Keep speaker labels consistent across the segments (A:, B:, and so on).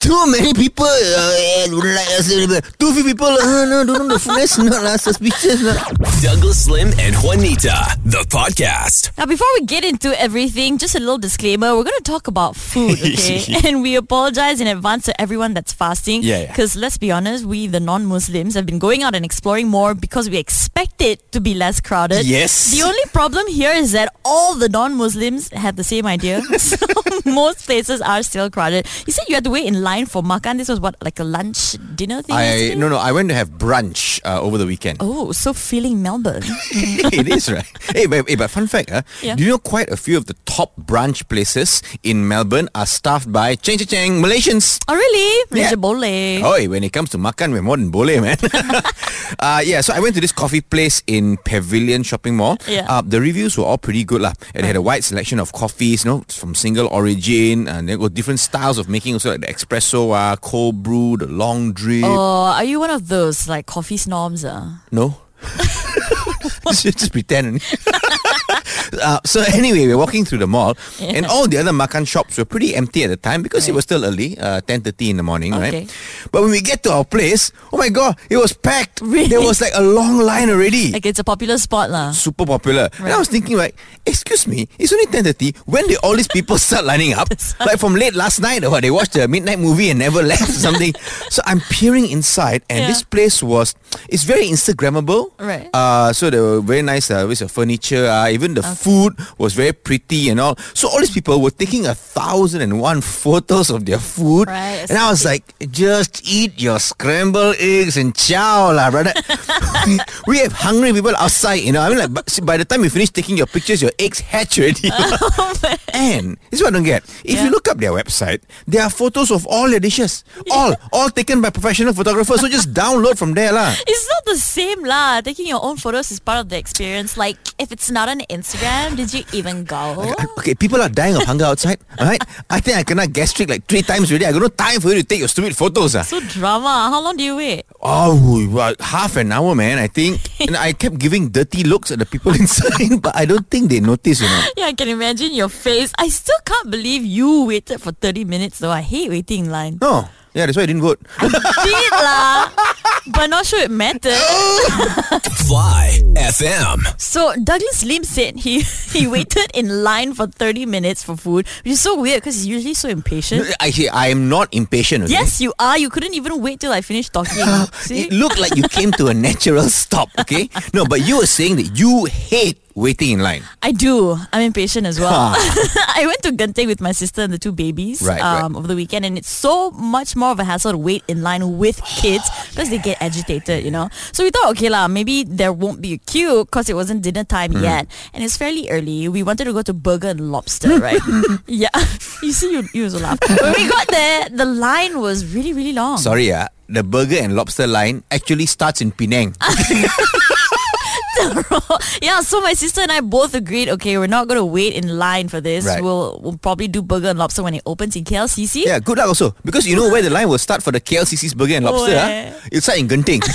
A: too many people. Uh, eh, don't like us. Too few people. Uh, no, don't know the fullness. Not lah, suspicious lah.
B: Douglas Slim and Juanita, the podcast.
C: Now, before we get into everything, just a little disclaimer. We're going to talk about food, okay? and we apologize in advance to everyone that's fasting.
D: Yeah, yeah.
C: Because let's be honest, we, the non-Muslims, have been going out and exploring more because we expect it to be less crowded.
D: Yes.
C: The only problem here is that all the non-Muslims had the same idea. so most places are still crowded. You said you had to wait in line for makan. This was what, like a lunch, dinner thing?
D: I
C: yesterday?
D: no no. I went to have brunch uh, over the weekend.
C: Oh, so feeling Melbourne.
D: it is right. Hey, but, hey, but fun fact, huh?
C: Yeah.
D: Do you know quite a few of the top brunch places in Melbourne are staffed by chang chang chang Malaysians?
C: oh, really?
D: Yeah.
C: Malaysia Boleh.
D: Oh, when it comes to makan, we're more than boleh, man. uh, yeah, so I went to this coffee place in Pavilion Shopping Mall.
C: Yeah.
D: Uh, the reviews were all pretty good, lah. And they had a wide selection of coffees, you know, from single origin, and they got different styles of making, also like the espresso, uh, cold brew, the long drip.
C: Oh, are you one of those like coffee snobs? Uh?
D: No. just, just pretend. only. Uh, so anyway, we're walking through the mall, and all the other makan shops were pretty empty at the time because it was still early, uh, ten thirty in the morning,
C: Okay.
D: right? But when we get to our place, oh my god, it was packed.
C: Really?
D: There was like a long line already.
C: Like it's a popular spot lah.
D: Super popular. And I
C: Right.
D: was thinking, like, excuse me, it's only ten thirty. When did all these people start lining up? like from late last night, or what, they watched the midnight movie and never left or something. so I'm peering inside, and
C: Yeah.
D: this place was it's very Instagrammable.
C: Right.
D: Uh, so they were very nice uh, with the furniture. Uh, even the food was very pretty and all. So all these people were taking a thousand and one photos of their food.
C: Right,
D: And I was like, just eat your scrambled eggs and chow lah, brother. we, we have hungry people outside, you know. I mean, like, but, see, by the time you finish taking your pictures, your eggs hatch already. and this is what I don't get. If you
C: Oh, Yeah.
D: look up their website, there are photos of all their dishes, all all taken by professional photographers. So just download from there lah.
C: It's not the same lah. Taking your own photos is part of the experience. Like if it's not on Instagram, did you even go?
D: I- Okay, people are dying of hunger outside. All right, I think I cannot gastric like three times already. I got no time for you to take your stupid photos. Ah.
C: So drama. How long do you wait?
D: Oh, well, half an hour, man. I think, and I kept giving dirty looks at the people inside, but I don't think they noticed. You know,
C: Yeah, I can imagine your face. I still can't believe you waited for 30 minutes though. I hate waiting in line.
D: no. Yeah, that's why I didn't vote.
C: Did lah. But not sure it mattered.
B: Fly FM.
C: So Douglas Lim said he he waited in line for 30 minutes for food, which is so weird because he's usually so impatient.
D: Actually, I am not impatient. Okay?
C: Yes, you are. You couldn't even wait till I finished talking. See?
D: It looked like you came to a natural stop, okay? No, but you were saying that you hate waiting in line.
C: I do. I'm impatient as well.
D: Ah.
C: I went to Genting with my sister and the two babies
D: Right, right.
C: um, over the weekend, and it's so much more of a hassle to wait in line with kids because they get agitated, you know. So we thought, okay lah, maybe there won't be a queue because it wasn't dinner time
D: Mm-hmm.
C: yet, and it's fairly early. We wanted to go to Burger and Lobster, right? yeah, you see, you you also laugh. when we got there, the line was really really long.
D: Sorry, ah, the burger and lobster line actually starts in Penang.
C: yeah, so my sister and I both agreed, okay, we're not going to wait in line for this.
D: Right.
C: We'll we'll probably do burger and lobster when it opens in KLCC.
D: Yeah, good luck also. Because you know where the line will start for the KLCC's burger and lobster,
C: Oh,
D: ah?
C: eh.
D: It'll start in Genting.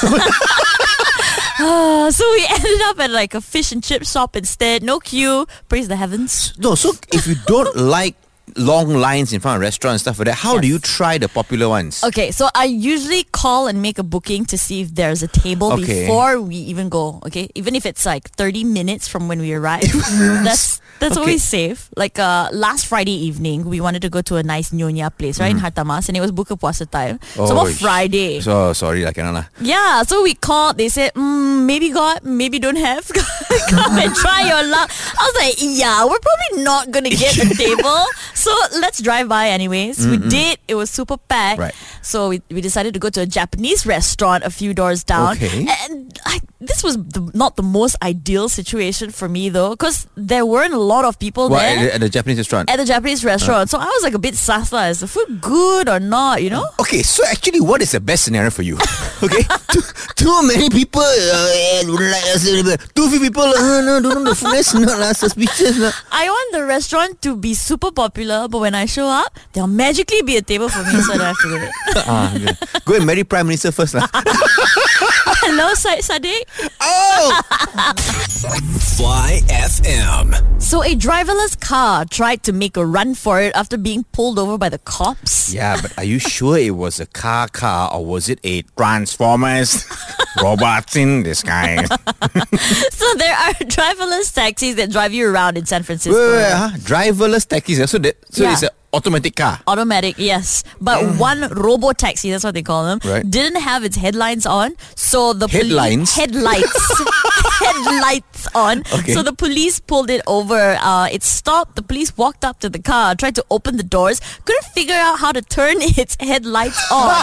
C: Uh, so we ended up at like a fish and chip shop instead. No queue. Praise the heavens.
D: no, so if you don't like long lines in front of restaurants and stuff like that, how do you try the popular ones?
C: Okay, so I usually call and make a booking to see if there's a table
D: Okay.
C: before we even go. Okay, even if it's like 30 minutes from when we arrive, that's that's
D: Okay.
C: always safe. Like uh, last Friday evening, we wanted to go to a nice nyonya place right in Hartamas, and it was buka puasa time. so
D: Mm-hmm. Oh,
C: what Friday?
D: So sorry, I cannot lah.
C: Yeah, so we called. They said, mm, maybe got, maybe don't have. Come and try your luck. I was like, yeah, we're probably not going to get a table. So let's drive by anyways. We did. It was super packed.
D: Right.
C: So we, we decided to go to a Japanese restaurant a few doors down.
D: Okay.
C: And I, this was the, not the most ideal situation for me though because there weren't a lot of people
D: Well,
C: there.
D: at, the- at the Japanese restaurant.
C: at the Japanese
D: Uh.
C: restaurant. So I was like a bit sus lah. Is the food good or not, you know?
D: Okay, so actually, what is the best scenario for you? Okay,
A: Too, too many people. Uh, eh, don't like us. Too few people. Uh, no, don't know the fullness. Not lah, suspicious lah.
C: I want the restaurant to be super popular, but when I show up, there'll magically be a table for me, so I don't have to wait.
D: Ah, yeah. go and marry Prime Minister first lah.
C: Hello, Syed Sadiq.
D: Oh!
B: Fly FM.
C: So a driverless car tried to make a run for it after being pulled over by the cops.
D: Yeah, but are you sure it was a car car or was it a Transformers robots in disguise?
C: So there are driverless taxis that drive you around in San Francisco.
D: Wait, wait, wait, huh? Driverless taxis. yeah? So, that, so
C: Yeah.
D: it's an automatic car.
C: Automatic, yes. But one robo taxi, that's what they call them,
D: Right.
C: didn't have its headlights on. So the poli-
D: Headlines?
C: headlights. headlights on.
D: Okay.
C: So the police pulled it over. Uh, it stopped. The police walked up to the car, tried to open the doors, couldn't figure out how to turn its headlights on,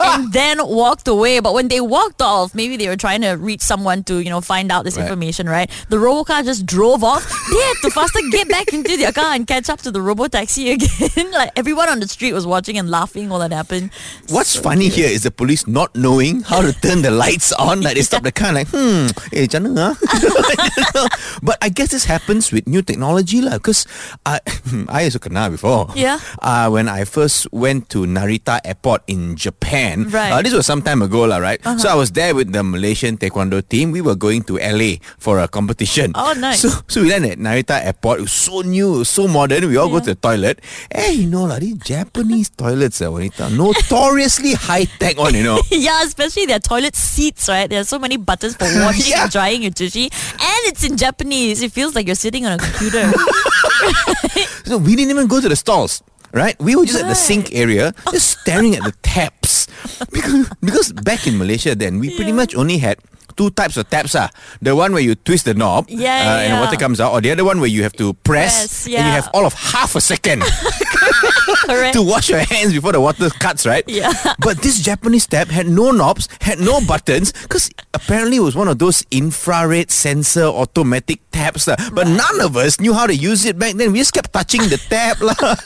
C: and then walked away. But when they walked off, maybe they were trying to reach someone to, you know, find out this
D: Right.
C: information, right? The robo car just drove off. They had to faster get back into their car and catch up to the robo taxi again. like everyone on the street was watching and laughing while that happened.
D: What's funny here is the police not knowing how to turn the lights on. Like they stop the car like, hmm, eh, macam mana, ah?" But I guess this happens with new technology lah. Because I, I also kena before.
C: Yeah.
D: Uh, when I first went to Narita Airport in Japan.
C: Right.
D: Uh,
C: Uh-huh.
D: this was some time ago lah, right? So I was there with the Malaysian Taekwondo team. We were going to LA for a competition.
C: Oh, nice.
D: So, so we landed at Narita Airport. It was so new, it was so modern. We all go to the toilet. Eh, you know, like these Japanese toilets, uh, Wanita, notoriously high tech one, you know.
C: Yeah, especially their toilet seats, right? There's so many buttons for washing
D: Yeah.
C: and drying your sushi. And it's in Japanese. It feels like you're sitting on a computer.
D: So we didn't even go to the stalls. Right? We were just at the sink area,
C: Oh.
D: just staring at the taps. Because, because back in Malaysia then, we pretty much only had two types of taps. Ah. The one where you twist the knob
C: Yeah,
D: uh,
C: yeah,
D: and
C: yeah.
D: water comes out, or the other one where you have to press
C: Press,
D: and you
C: yeah.
D: have all of half a second
C: Correct.
D: to wash your hands before the water cuts, right?
C: Yeah.
D: But this Japanese tap had no knobs, had no buttons, because apparently it was one of those infrared sensor automatic taps. lah. But none of us knew how to use it back then. We just kept touching the tap. lah.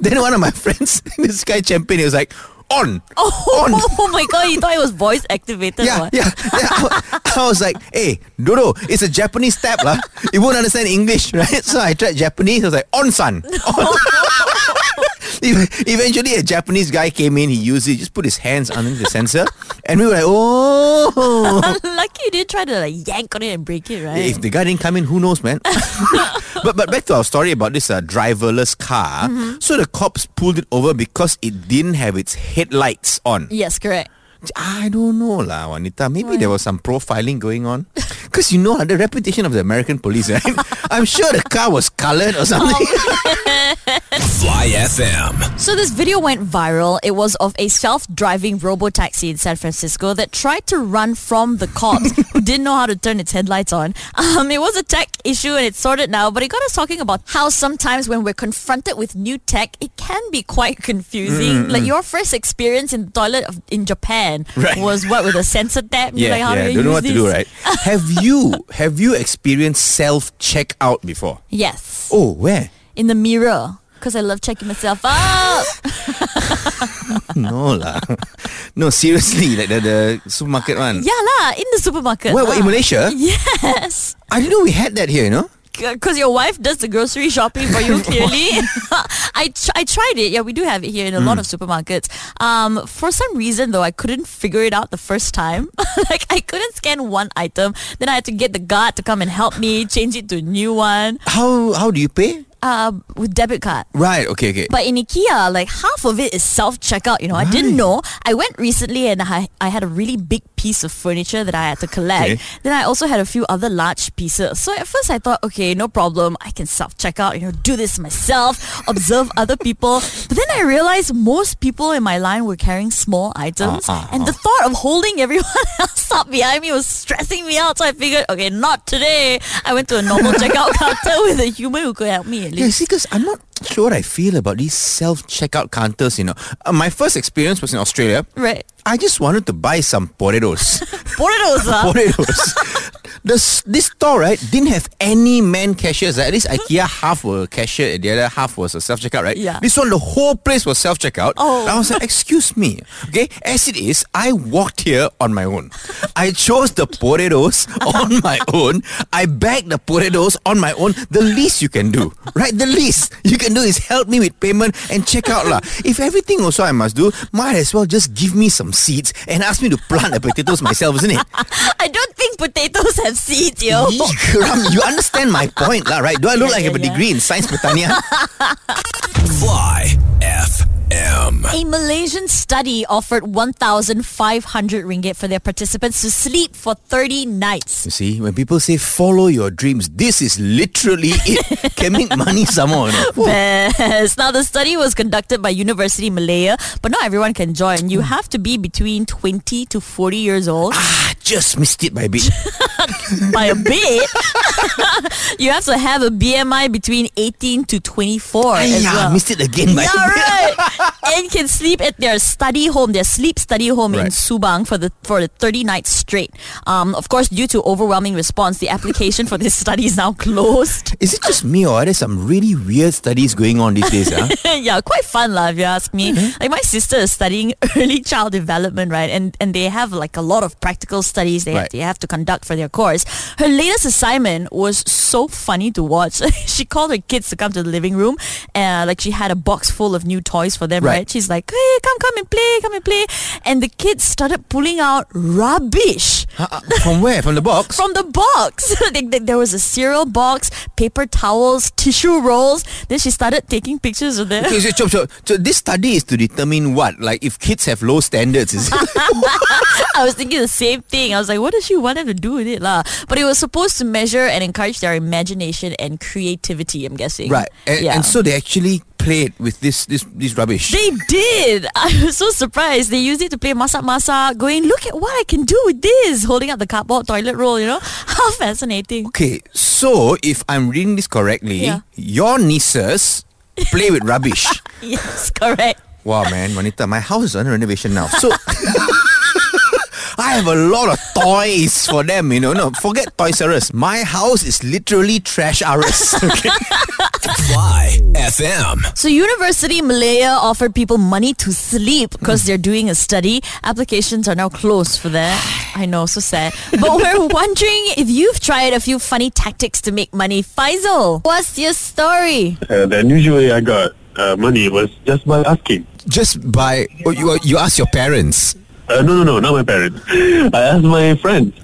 D: then one of my friends, this guy champion, he was like, on.
C: Oh,
D: On.
C: my god, you thought it was voice activated.
D: Yeah,
C: what?
D: yeah, yeah. I, wa- I was like, hey, Dodo, it's a Japanese tap, lah. It won't understand English, right? So I tried Japanese. I was like, on san. On. Ev- Eventually, a Japanese guy came in. He used it. Just put his hands underneath the sensor, and we were like, oh.
C: Lucky you didn't try to like yank on it and break it, right?
D: If the guy didn't come in, who knows, man? but but back to our story about this uh, driverless car. So the cops pulled it over because it didn't have its headlights on.
C: yes, correct.
D: I don't know lah, Wanita. Maybe there was some profiling going on. Because you know ah, the reputation of the American police, right? I'm sure the car was colored or something.
C: Oh.
B: Fly FM.
C: So this video went viral. It was of a self-driving robo taxi in San Francisco that tried to run from the cops who didn't know how to turn its headlights on. Um, it was a tech issue and it's sorted now, but it got us talking about how sometimes when we're confronted with new tech, it can be quite confusing. Like your first experience in the toilet of, in Japan
D: Right.
C: was what with a sensor tap. You're
D: yeah,
C: like, how
D: yeah.
C: do I
D: Don't know
C: use
D: what to
C: this?
D: do, right? have you have you experienced self checkout before?
C: Yes,
D: Oh, where?
C: in the mirror because I love checking myself out.
D: No lah. no, seriously, like the, the supermarket one.
C: yeah lah, in the supermarket.
D: Where, where, in
C: lah.
D: Malaysia?
C: Ah. Yes.
D: I didn't know we had that here. You know.
C: because uh, your wife does the grocery shopping for you clearly I, tr- I tried it yeah we do have it here in a lot of supermarkets um, for some reason though i couldn't figure it out the first time like i couldn't scan one item then i had to get the guard to come and help me change it to a new one
D: How how do you pay?
C: uh, with debit card
D: Right. Okay. Okay.
C: but in IKEA, like half of it is self-checkout, you know. I didn't know. I went recently and I, I had a really big piece of furniture that I had to collect.
D: Okay.
C: Then I also had a few other large pieces. So at first I thought, okay, no problem. I can self-checkout, you know, do this myself, observe other people. But then I realized most people in my line were carrying small items.
D: Uh, uh,
C: and the thought of holding everyone else up behind me was stressing me out. So I figured, okay, not today. I went to a normal checkout counter with a human who could help me at
D: Yeah,
C: least.
D: see, because I'm not sure what I feel about these self-checkout counters, you know. Uh, my first experience was in Australia.
C: Right.
D: I just wanted to buy some potatoes.
C: Potatoes, huh?
D: potatoes. The, s- this store, right, didn't have any man cashiers. At
C: Hmm?
D: least IKEA half were cashier and the other half was a self-checkout, right?
C: Yeah.
D: This one, the whole place was self-checkout.
C: Oh.
D: I was like, excuse me. Okay, as it is, I walked here on my own. I chose the potatoes on my own. I bagged the potatoes on my own. The least you can do, right? The least you can can do is help me with payment and check out lah. If everything also I must do, might as well just give me some seeds and ask me to plant the potatoes myself, isn't it?
C: I don't think potatoes have seeds, yo.
D: Yee, geram. you understand my point lah, right? Do I look like
C: Yeah,
D: I have a
C: yeah, yeah.
D: degree in science, Britannia?
B: Fly FM.
C: A Malaysian study offered 1,500 ringgit for their participants to sleep for 30 nights.
D: You see, when people say follow your dreams, this is literally it. Can make money somehow. You know?
C: Best. Now, the study was conducted by University Malaya, but not everyone can join. You have to be between 20 to 40 years old
D: Ah, just missed it by a bit.
C: by a bit. you have to have a BMI between 18 to 24 as
D: Yeah,
C: well.
D: missed it again by
C: Yeah,
D: a bit.
C: right. and can sleep at their study home, their sleep study home in
D: Right.
C: Subang for the for the 30 nights straight. Um, of course, due to overwhelming response, the application for this study is now closed.
D: Is it just me or are there some really weird studies going on these days? Huh?
C: yeah, quite fun lah, if you ask me.
D: Mm-hmm.
C: Like my sister is studying early child development, right? And and they have like a lot of practical studies they,
D: Right.
C: they have to conduct for their course. Her latest assignment was so funny to watch. she called her kids to come to the living room, and like she had a box full of new toys for them, right?
D: Right.
C: She's like, hey, come, come and play, come and play, and the kids started pulling out rubbish
D: Uh, uh, From where? From the box?
C: from the box. Like, th- there was a cereal box, paper towels, tissue rolls. Then she started taking pictures of them.
D: Okay, so, chop, chop. so this study is to determine what? Like if kids have low standards, is it?
C: I was thinking the same thing. I was like, what does she want them to do with it, lah? But it was supposed to measure and encourage their imagination and creativity. I'm guessing.
D: right? And, and so they actually played with this this this rubbish.
C: they did. I was so surprised. They used it to play masak masak. Going, look at what I can do with this. Holding up the cardboard toilet roll. You know how fascinating.
D: Okay, so if I'm reading this correctly,
C: Yeah.
D: your nieces play with rubbish.
C: Yes, correct.
D: Wow, man, Juanita, my house is under renovation now. So I have a lot of toys for them, you know. No, forget Toys R Us. My house is literally trash R Us. Okay.
B: Fly FM.
C: So University Malaya offered people money to sleep because they're doing a study. Applications are now closed for that. I know, so sad. But we're wondering if you've tried a few funny tactics to make money. Faisal, what's your story?
E: uh, then usually I got uh, money was just by asking.
D: Just by oh, you, you ask your parents.
E: Uh, no, no, no, not my parents. I asked my friends.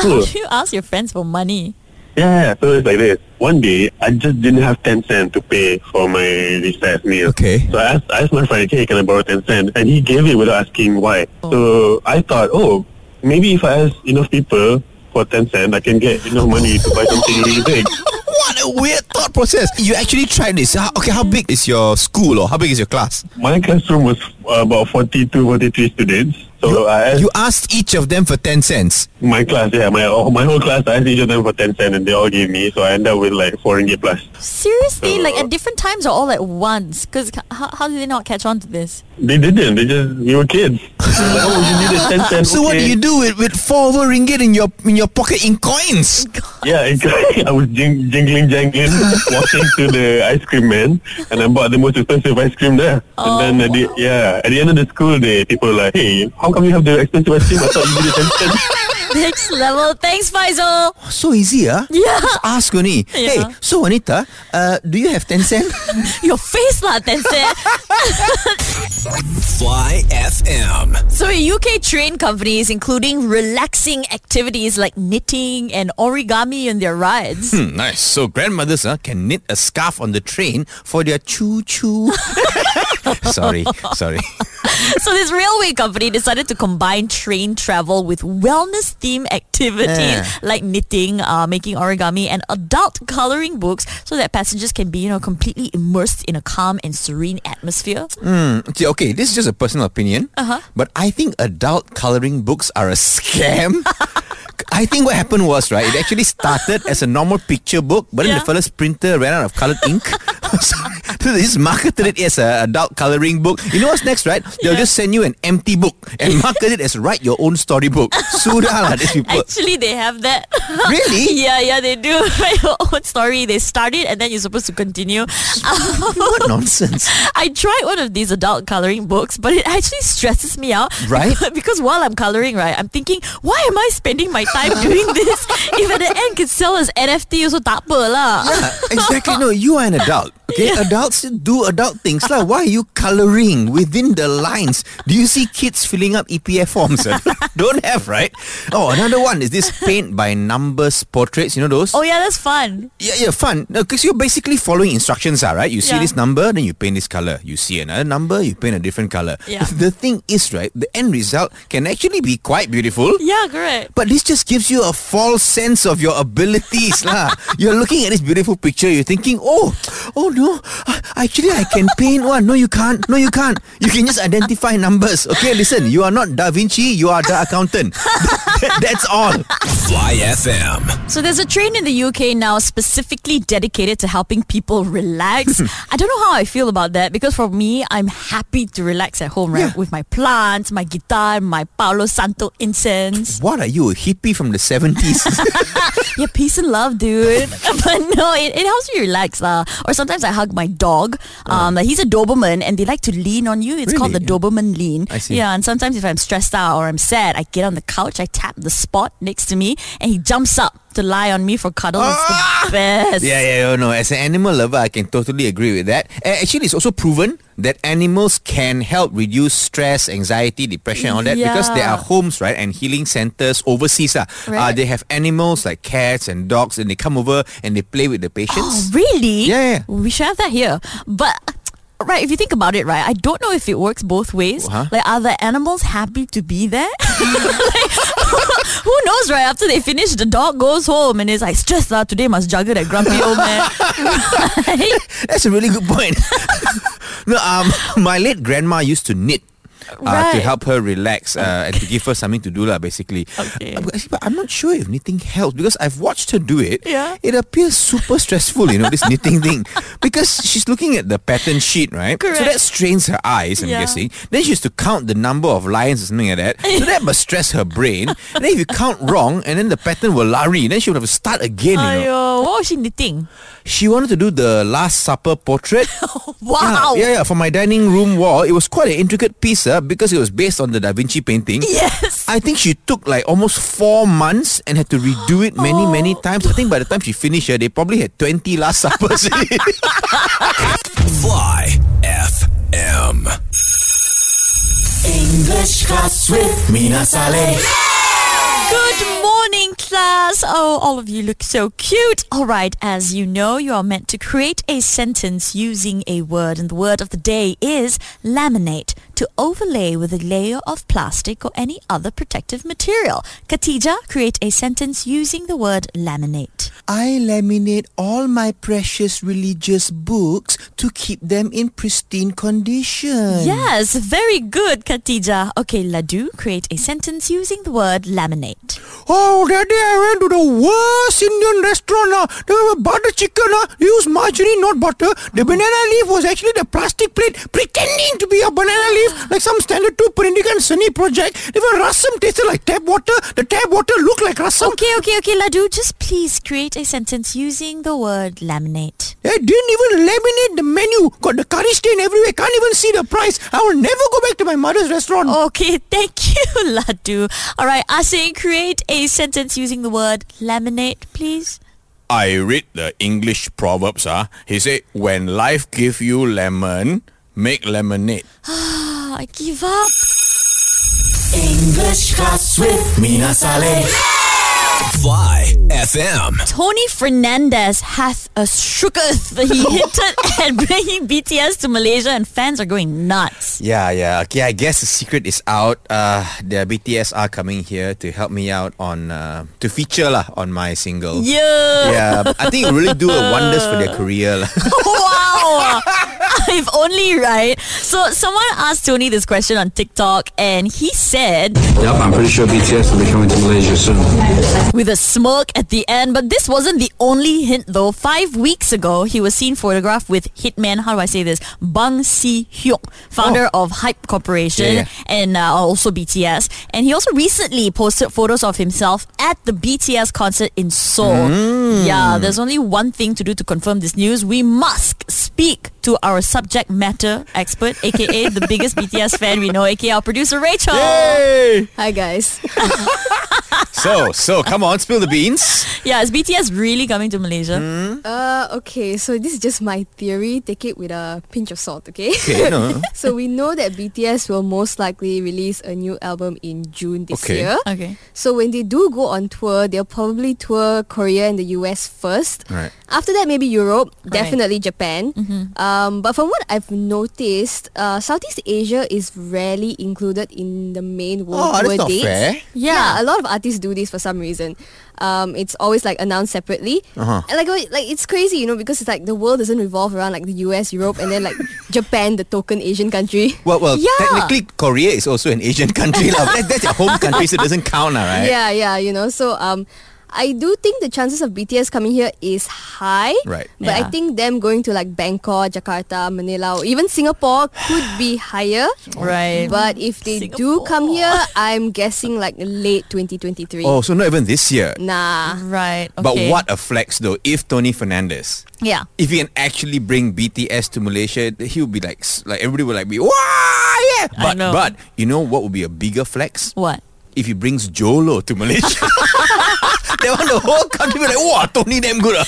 E: so,
C: You ask your friends for money.
E: yeah, so it's like this. One day, I just didn't have 10 cents to pay for my recess meal.
D: Okay.
E: So I asked, I asked my friend, hey, can I borrow 10 cents? And he gave it without asking why.
D: Oh.
E: So I thought, oh, maybe if I ask enough people for 10 cents, I can get enough money to buy something really big.
D: What a weird thought process. You actually tried this. How- Okay, how big is your school or how big is your class?
E: My classroom was uh, about 42, 43 students. So I asked
D: You asked each of them for 10 cents.
E: My class, yeah, my my whole class. I asked each of them for ten cent, and they all gave me. So I end up with like four ringgit plus.
C: Seriously, like at different times or all at once? Because how, how did they not catch on to this?
E: They didn't. They just we were kids. They were like, oh, you needed ten cents.
D: So what do you do with, with four over ringgit in your in your pocket in coins?
E: Yeah, it, I was jing, jingling, jangling, walking to the ice cream man, and I bought the most expensive ice cream there. and then at the, yeah, at the end of the school day, people were like, "Hey, how come you have the expensive ice cream? I thought you needed ten cents."
C: Next level. Thanks, Faisal.
D: So easy, huh?
C: Yeah.
D: Just ask only. Hey,
C: Yeah.
D: so Anita, uh, do you have 10 cents?
C: Your face, lah, Tencent.
B: Fly FM.
C: So in UK train companies, including relaxing activities like knitting and origami in their rides.
D: Hmm, nice. So grandmothers uh, can knit a scarf on the train for their choo-choo. sorry, sorry.
C: so this railway company decided to combine train travel with wellness themed activities
D: Yeah.
C: like knitting, uh, making origami, and adult coloring books, so that passengers can be you know completely immersed in a calm and serene atmosphere.
D: Mm. Okay, okay, this is just a personal opinion. Uh-huh. But I think adult coloring books are a scam. I think what happened was, right, it actually started as a normal picture book, but then the
C: Yeah.
D: fella's printer ran out of colored ink. so they just marketed it as an adult coloring book. You know what's next, right? They'll just send you an empty book and market it as write your own storybook. Sudah lah, these people.
C: Actually, they have that.
D: Eh? Really?
C: yeah, yeah, they do. Your own story. They start it and then you're supposed to continue.
D: What nonsense.
C: I tried one of these adult coloring books, but it actually stresses me out.
D: Right?
C: because while I'm coloring, right, I'm thinking, why am I spending my time doing this? if at the end could sell as NFT, also tak apa lah.
D: exactly. No, Uh, you are an adult. Okay, adults do adult things lah. Why are you coloring within the lines? Do you see kids filling up EPF forms? Don't have, right? Oh, another one is this paint by numbers portraits. You know those?
C: Oh yeah, that's fun.
D: Yeah, yeah, fun. Because you're basically following instructions, ah, right? You see
C: Yeah.
D: this number, then you paint this color. You see another number, you paint a different color.
C: Yeah.
D: The thing is, right, the end result can actually be quite beautiful.
C: Yeah, correct.
D: But this just gives you a false sense of your abilities, lah. You're looking at this beautiful picture. You're thinking, oh, oh no, I- actually I can paint one. No, you can't. No, you can't. You can just identify numbers. Okay, listen. You are not Da Vinci. You are the accountant. That's all.
B: Fly FM.
C: So there's a train in the UK now specifically dedicated to helping people relax. I don't know how I feel about that because for me, I'm happy to relax at home, right?
D: Yeah.
C: With my plants, my guitar, my Palo Santo incense.
D: What are you, a hippie from the seventies?
C: Yeah, peace and love, dude. but no, it, it helps me relax. lah. Or sometimes I hug my dog. Um, like he's a Doberman and they like to lean on you. It's called the
D: Uh-huh. Really?
C: Doberman lean.
D: I see.
C: Yeah, and sometimes if I'm stressed out or I'm sad, I get on the couch, I tap the spot next to me and he jumps up to lie on me for cuddles. It's the
D: Ah!
C: best.
D: Yeah, yeah, yeah, no. As an animal lover, I can totally agree with that. A- Actually, it's also proven that animals can help reduce stress, anxiety, depression, all that because there are
C: Yeah.
D: homes, right, and healing centers overseas. ah. Uh,
C: Right.
D: they have animals like cats and dogs, and they come over and they play with the
C: Oh,
D: patients.
C: really?
D: Yeah, yeah.
C: We should have that here. But right, if you think about it, right, I don't know if it works both ways.
D: Huh?
C: Like, are the animals happy to be there? Like, who knows, right? After they finish, the dog goes home and is like, stressed lah. Today must juggle that grumpy old man. Right?
D: That's a really good point. no, um, my late grandma used to knit. Uh, to
C: Right.
D: help her relax uh, and to give her something to do, lah, basically.
C: Okay.
D: Uh, But, actually, but I'm not sure if knitting helps because I've watched her do it.
C: Yeah.
D: It appears super stressful, you know, this knitting thing. Because she's looking at the pattern sheet, right? So
C: Correct.
D: that strains her eyes, I'm
C: Yeah.
D: guessing. Then she used to count the number of lines or something like that. So that must stress her brain. And then if you count wrong, and then the pattern will lari, then she would have to start again, you know.
C: Aiyo, what was she knitting?
D: She wanted to do the Last Supper portrait.
C: Wow.
D: Ah, Yeah, yeah, yeah, for my dining room wall. It was quite an intricate piece uh, because it was based on the Da Vinci painting.
C: Yes.
D: I think she took like almost four months and had to redo it many, many times. I think by the time she finished her, they probably had 20 Last Suppers.
B: Fly FM.
C: Good morning, class. Oh, all of you look so cute. All right, as you know, you are meant to create a sentence using a word, and the word of the day is laminate, to overlay with a layer of plastic or any other protective material. Katija, create a sentence using the word laminate.
D: I laminate all my precious religious books to keep them in pristine condition.
C: Yes, very good, Katija. Okay, Ladu, create a sentence using the word laminate.
D: Oh, that day I went to the worst Indian restaurant. Uh, they were butter chicken. Uh, used margarine, not butter. The banana leaf was actually the plastic plate pretending to be a banana leaf, like some standard two Perindigan Sunny project. Even rasam tasted like tap water. The tap water looked like rasam.
C: Okay, okay, okay, Ladu, just please create a sentence using the word laminate.
D: I didn't even laminate the menu. Got the curry stain everywhere. Can't even see the price. I will never go back to my mother's restaurant.
C: Okay, thank you, Ladu. All right, Asin, create a sentence using the word laminate, please.
D: I read the English proverbs. Ah, he said, "When life give you lemon, make lemonade."
C: Ah, I give up.
B: Fly FM.
C: Tony Fernandez hath a shooketh. He hinted at bringing BTS to Malaysia, and fans are going nuts.
D: Yeah, yeah. Okay, I guess the secret is out. Uh, the BTS are coming here to help me out on uh, to feature lah on my single.
C: Yeah.
D: Yeah, but I think it really do a wonders for their career. lah.
C: wow. if only, right? So, someone asked Tony this question on TikTok, and he said.
F: Yep, I'm pretty sure BTS will be coming to Malaysia soon.
C: with a smirk at the end. But this wasn't the only hint though. Five weeks ago, he was seen photographed with hitman, how do I say this? Bang Si Hyuk, founder of Hype Corporation
D: Oh. Yeah, yeah.
C: and uh, also BTS. And he also recently posted photos of himself at the BTS concert in Seoul.
D: Mm.
C: Yeah, there's only one thing to do to confirm this news. We must speak to our subject matter expert, aka the biggest BTS fan we know, aka our producer Rachel.
D: Hey!
G: Hi guys.
D: So, so come on, spill the beans.
C: Yeah, is BTS really coming to Malaysia?
D: Mm.
G: Uh, okay, so this is just my theory. Take it with a pinch of salt, okay?
D: Okay, no.
G: so we know that BTS will most likely release a new album in June this
D: Okay.
G: year.
C: Okay.
G: So when they do go on tour, they'll probably tour Korea and the US first.
D: Right.
G: After that, maybe Europe,
C: Right.
G: definitely Japan. Um, but from what I've noticed, uh, Southeast Asia is rarely included in the main world
D: Oh, that's
G: tour
D: not
G: dates.
D: fair.
G: Yeah. a lot of artists do this for some reason. Um, it's always like announced separately,
D: Uh-huh.
G: and like wait, like it's crazy, you know, because it's like the world doesn't revolve around like the U.S., Europe, and then like Japan, the token Asian country.
D: Well, well,
C: Yeah.
D: technically Korea is also an Asian country. lah. That, that's their home country, so it doesn't count, lah, right?
G: Yeah, yeah, you know. So um, I do think the chances of BTS coming here is high.
D: Right.
G: But
C: Yeah.
G: I think them going to like Bangkok, Jakarta, Manila, or even Singapore could be higher.
C: Right.
G: But if they do come here, I'm guessing like late 2023.
D: Oh, so not even this year.
G: Nah.
C: right. Okay.
D: But what a flex, though. If Tony Fernandez,
C: Yeah.
D: if he can actually bring BTS to Malaysia, he would be like, s- like everybody would like be, wow, yeah. But
C: know.
D: but you know what would be a bigger flex?
C: What?
D: If he brings Jolo to Malaysia. they want the whole country be like, wow, Tony damn good. ah."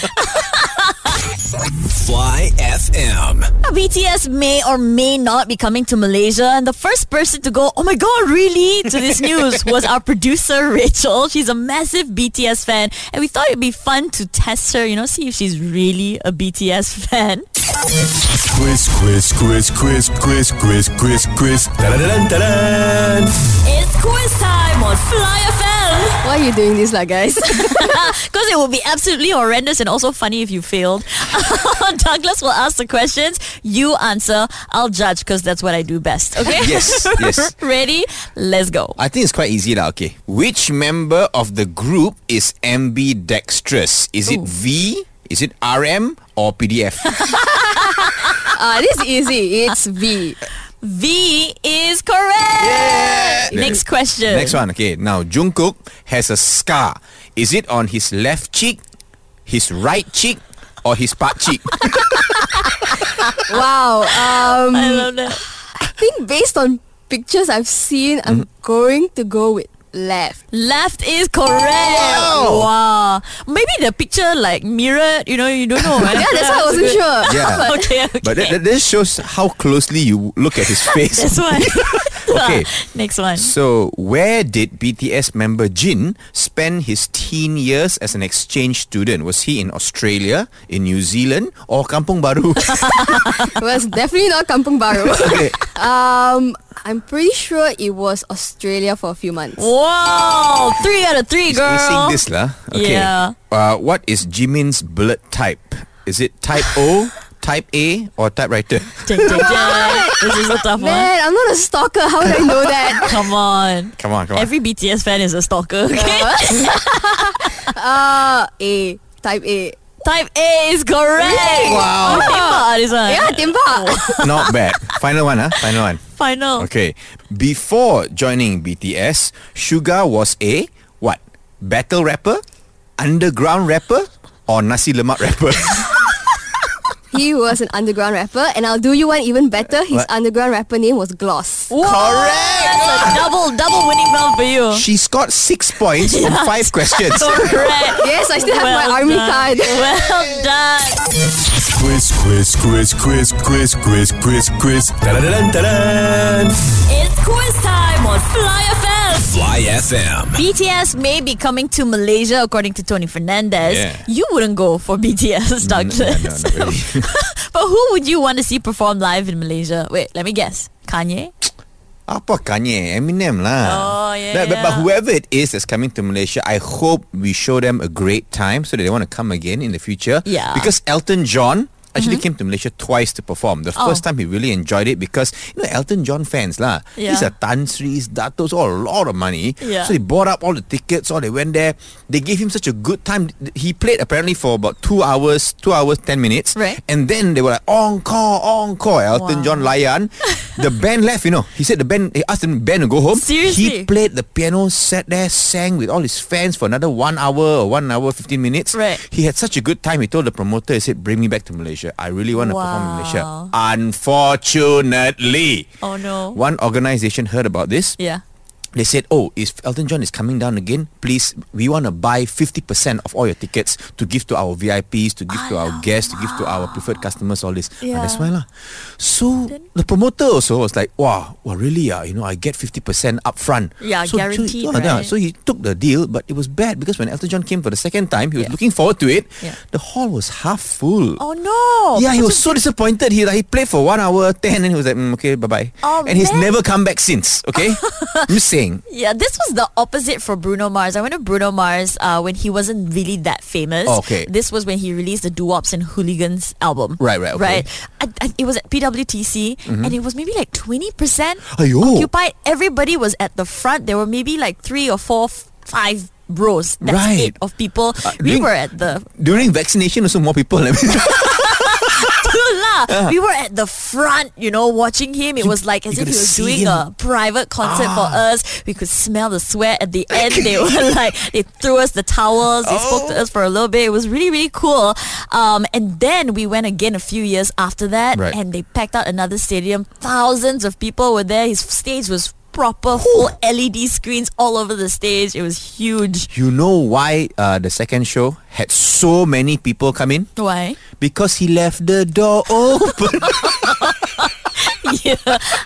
B: Fly FM.
C: BTS may or may not be coming to Malaysia, and the first person to go, oh my god, really, to this news was our producer Rachel. She's a massive BTS fan, and we thought it'd be fun to test her, you know, see if she's really a BTS fan.
B: Quiz, quiz, quiz, quiz, quiz, quiz, quiz, quiz. Da-da-da-da-da.
C: It's quiz time on Fly FM
G: Why are you doing this, like guys?
C: because it will be absolutely horrendous and also funny if you failed. Douglas will ask the questions, you answer, I'll judge because that's what I do best. Okay?
D: Yes, yes.
C: Ready? Let's go.
D: I think it's quite easy lah. Okay, which member of the group is ambidextrous? Is it V? Is it RM or PDF?
G: uh, this is easy. It's V.
C: V is correct. Next question.
D: Next one. Okay, now Jungkook has a scar. Is it on his left cheek, his right cheek, or his part cheek?
G: Wow. Um,
C: I love that.
G: I think based on pictures I've seen, I'm
D: Mm-hmm.
G: going to go with left.
C: Left is correct. Wow. Maybe the picture like mirrored, you know, you don't know. right?
G: Yeah, that's why I wasn't sure.
D: yeah.
C: Okay, okay.
D: But that, that, this shows how closely you look at his face.
C: That's why.
D: Okay.
C: Next one.
D: So, where did BTS member Jin spend his teen years as an exchange student? Was he in Australia, in New Zealand, or Kampung Baru?
G: It was definitely not Kampung Baru.
D: okay.
G: Um, I'm pretty sure it was Australia for a few months.
C: Wow. Three out of three,
D: We're
C: girl.
D: seeing this lah. Okay.
C: Yeah.
D: Uh, what is Jimin's blood type? Is it type O, type A, or typewriter?
C: Ding, ding, ding. This is a tough one.
G: Man, I'm not a stalker. How would I know that?
C: Come on.
D: Come on, come on.
C: Every BTS fan is a stalker. Okay?
G: Uh, A. Type A.
C: Type A is correct.
D: Wow.
C: Timba, this one.
G: Yeah, Timba.
D: Not bad. Final one, huh? Final one.
C: Final.
D: Okay. Before joining BTS, Suga was a what? Battle rapper, underground rapper, or nasi lemak rapper?
G: He was an underground rapper, and I'll do you one even better. His
D: What?
G: underground rapper name was Gloss.
D: Correct.
C: That's a double, double winning round for you.
D: She scored six points from five questions.
C: Correct.
G: Yes, I still have
C: Well
G: my army
C: done.
G: card.
C: Well done.
B: Quiz, quiz, quiz, quiz, quiz, quiz, quiz, quiz. Da-da-da-da-da.
C: It's quiz time on Fly FM.
B: Fly FM.
C: BTS may be coming to Malaysia, according to Tony Fernandez.
D: Yeah.
C: You wouldn't go for BTS, Douglas.
D: not really.
C: but who would you want to see perform live in Malaysia? Wait, let me guess. Kanye?
D: Apa Kanye? Eminem lah.
C: Oh, yeah,
D: That- But, but
C: yeah.
D: whoever it is that's coming to Malaysia, I hope we show them a great time so that they want to come again in the future.
C: Yeah. Mm-hmm.
D: Because Elton John actually came to Malaysia twice to perform. The
C: Oh.
D: first time he really enjoyed it because you know Elton John fans lah.
C: Yeah.
D: These are Tan Sri's, Datos, all a lot of money.
C: Yeah.
D: So they bought up all the tickets, all they went there. They gave him such a good time. He played apparently for about two hours, two hours, ten minutes.
C: Right.
D: And then they were like, encore, encore. Elton
C: Wow.
D: John Layan. the band left, you know. He said the band, he asked the band to go home. He
C: Seriously?
D: played the piano, sat there, sang with all his fans for another one hour or one hour, 15 minutes.
C: Right.
D: He had such a good time. He told the promoter, he said, bring me back to Malaysia. I really want to perform in Malaysia.
C: Wow.
D: Unfortunately,
C: Oh no.
D: one organization heard about this.
C: Yeah.
D: They said, oh, if Elton John is coming down again, please, we want to buy 50% of all your tickets to give to our VIPs, to give to our guests, to give to our preferred customers, all this. Ah,
C: Yeah.
D: that's why lah. So the promoter also was like, wow, well, really, ah, you know, I get 50% upfront.
C: Yeah,
D: so,
C: guaranteed,
D: So, yeah,
C: right?
D: so he took the deal, but it was bad because when Elton John came for the second time, he was looking forward to it.
C: Yeah.
D: The hall was half full.
C: Oh no!
D: Yeah, he
C: Because
D: was so disappointed. He like, he played for one hour ten, and he was like, mm, okay, bye bye.
C: Oh,
D: and he's
C: man.
D: never come back since. Okay, I'm just saying.
C: Yeah, this was the opposite for Bruno Mars. I went to Bruno Mars uh, when he wasn't really that famous.
D: Oh, Okay.
C: This was when he released the Doo Wops and Hooligans album.
D: Right, right, okay. Mm-hmm.
C: Right. I, I, it was at PWTC and it was maybe like 20%
D: Aiyo.
C: occupied. Everybody was at the front. There were maybe like three or four, f- five rows. That's
D: Right.
C: it of people.
D: Uh,
C: we
D: during-
C: were at the
D: During vaccination, also more people. I mean,
C: lah. We were at the front, you know, watching him. It was like as
D: you
C: if he
D: gotta
C: was
D: see
C: doing
D: him. Ah.
C: a private concert for us. We could smell the sweat at the end. They were like, they threw us the towels. They spoke
D: Oh.
C: to us for a little bit. It was really, really cool. Um, and then we went again a few years after that,
D: Right.
C: and they packed out another stadium. Thousands of people were there. His stage was proper full LED screens all over the stage. It was huge.
D: you know why uh, the second show had so many people come in?
C: Why?
D: Because he left the door open.
C: yeah,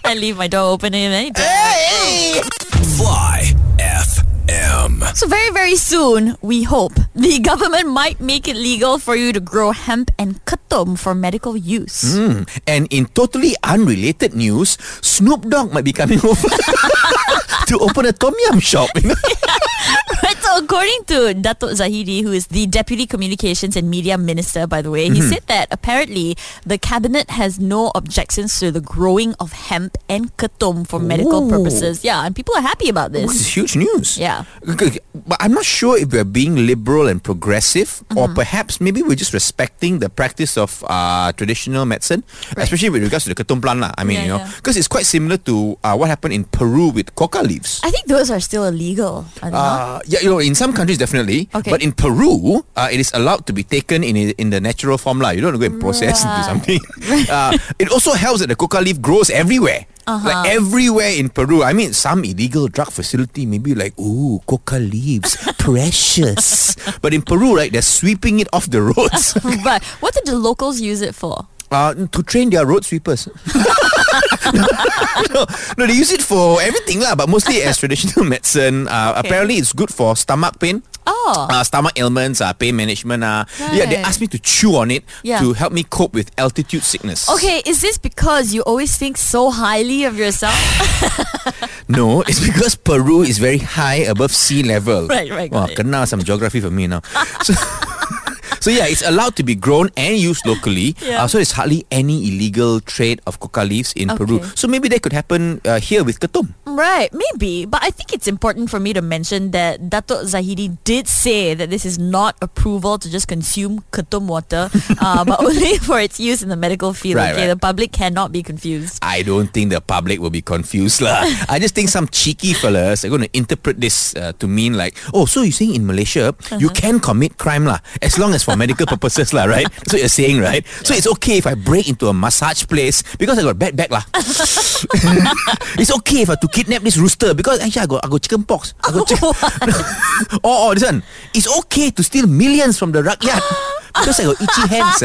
C: I leave my door open and then he does.
B: Fly FM.
C: So very, very soon, we hope, the government might make it legal for you to grow hemp and katum for medical use.
D: Hmm. and in totally unrelated news, Snoop Dogg might be coming over to open a Tom Yum shop. you know?
C: Right, so according to Dato Zahidi, who is the Deputy Communications and Media Minister, by the way, he said that apparently the cabinet has no objections to the growing of hemp and katum for medical
D: Ooh.
C: purposes. Yeah, and people are happy about
D: This
C: this.
D: is huge news.
C: Yeah.
D: Okay, But I'm not sure if we're being liberal and progressive, or
C: Mm-hmm.
D: perhaps maybe we're just respecting the practice of uh, traditional medicine, especially with regards to the ketum plant. lah. I mean,
C: Yeah,
D: you know,
C: yeah.
D: because it's quite similar to uh, what happened in Peru with coca leaves.
C: I think those are still illegal. Are they not?
D: Uh, yeah, you know, in some countries definitely,
C: Uh-huh. Okay.
D: but in Peru, uh, it is allowed to be taken in in the natural form, lah. You don't want to go and process into
C: Right.
D: something. uh, it also helps that the coca leaf grows everywhere,
C: Uh-huh.
D: like everywhere in Peru. I mean, some illegal drug facility maybe like, ooh, coca leaves, precious. But in Peru, right, they're sweeping it off the roads
C: But what did the locals use it for?
D: uh, to train their road sweepers. no, no, they use it for everything lah, but mostly as traditional medicine. Uh, Apparently, it's good for stomach pain.
C: Oh.
D: Uh, stomach ailments, uh, pain management. Uh. Yeah, they
C: Right.
D: asked me to chew on it
C: Yeah.
D: to help me cope with altitude sickness.
C: Okay, is this because you always think so highly of yourself?
D: No, it's because Peru is very high above sea level.
C: Right, right,
D: Wow,
C: got it.
D: kena some geography for me now. So, so yeah, it's allowed to be grown and used locally.
C: Yeah.
D: Uh, so there's hardly any illegal trade of coca leaves in Peru.
C: Okay.
D: So maybe that could happen uh, here with Ketum.
C: Right, maybe. But I think it's important for me to mention that Dato Zahidi did say that this is not approval to just consume ketum water, uh, but only for its use in the medical field.
D: Right,
C: okay,
D: right.
C: the public cannot be confused.
D: I don't think the public will be confused lah. I just think some cheeky fellas are going to interpret this uh, to mean like, oh, so you're saying in Malaysia you can commit crime lah, as long as for medical purposes lah, right? That's what you're saying, right? So it's okay if I break into a massage place because I got bad back lah. it's okay if I to kidnap this rooster because actually I got I got chicken pox. I got chicken. oh, oh, this one. It's okay to steal millions from the rakyat because I got itchy hands.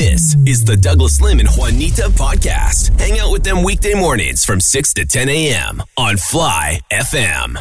B: This is the Douglas Lim and Juanita podcast. Hang out with them weekday mornings from 6 to 10 a.m. on Fly FM.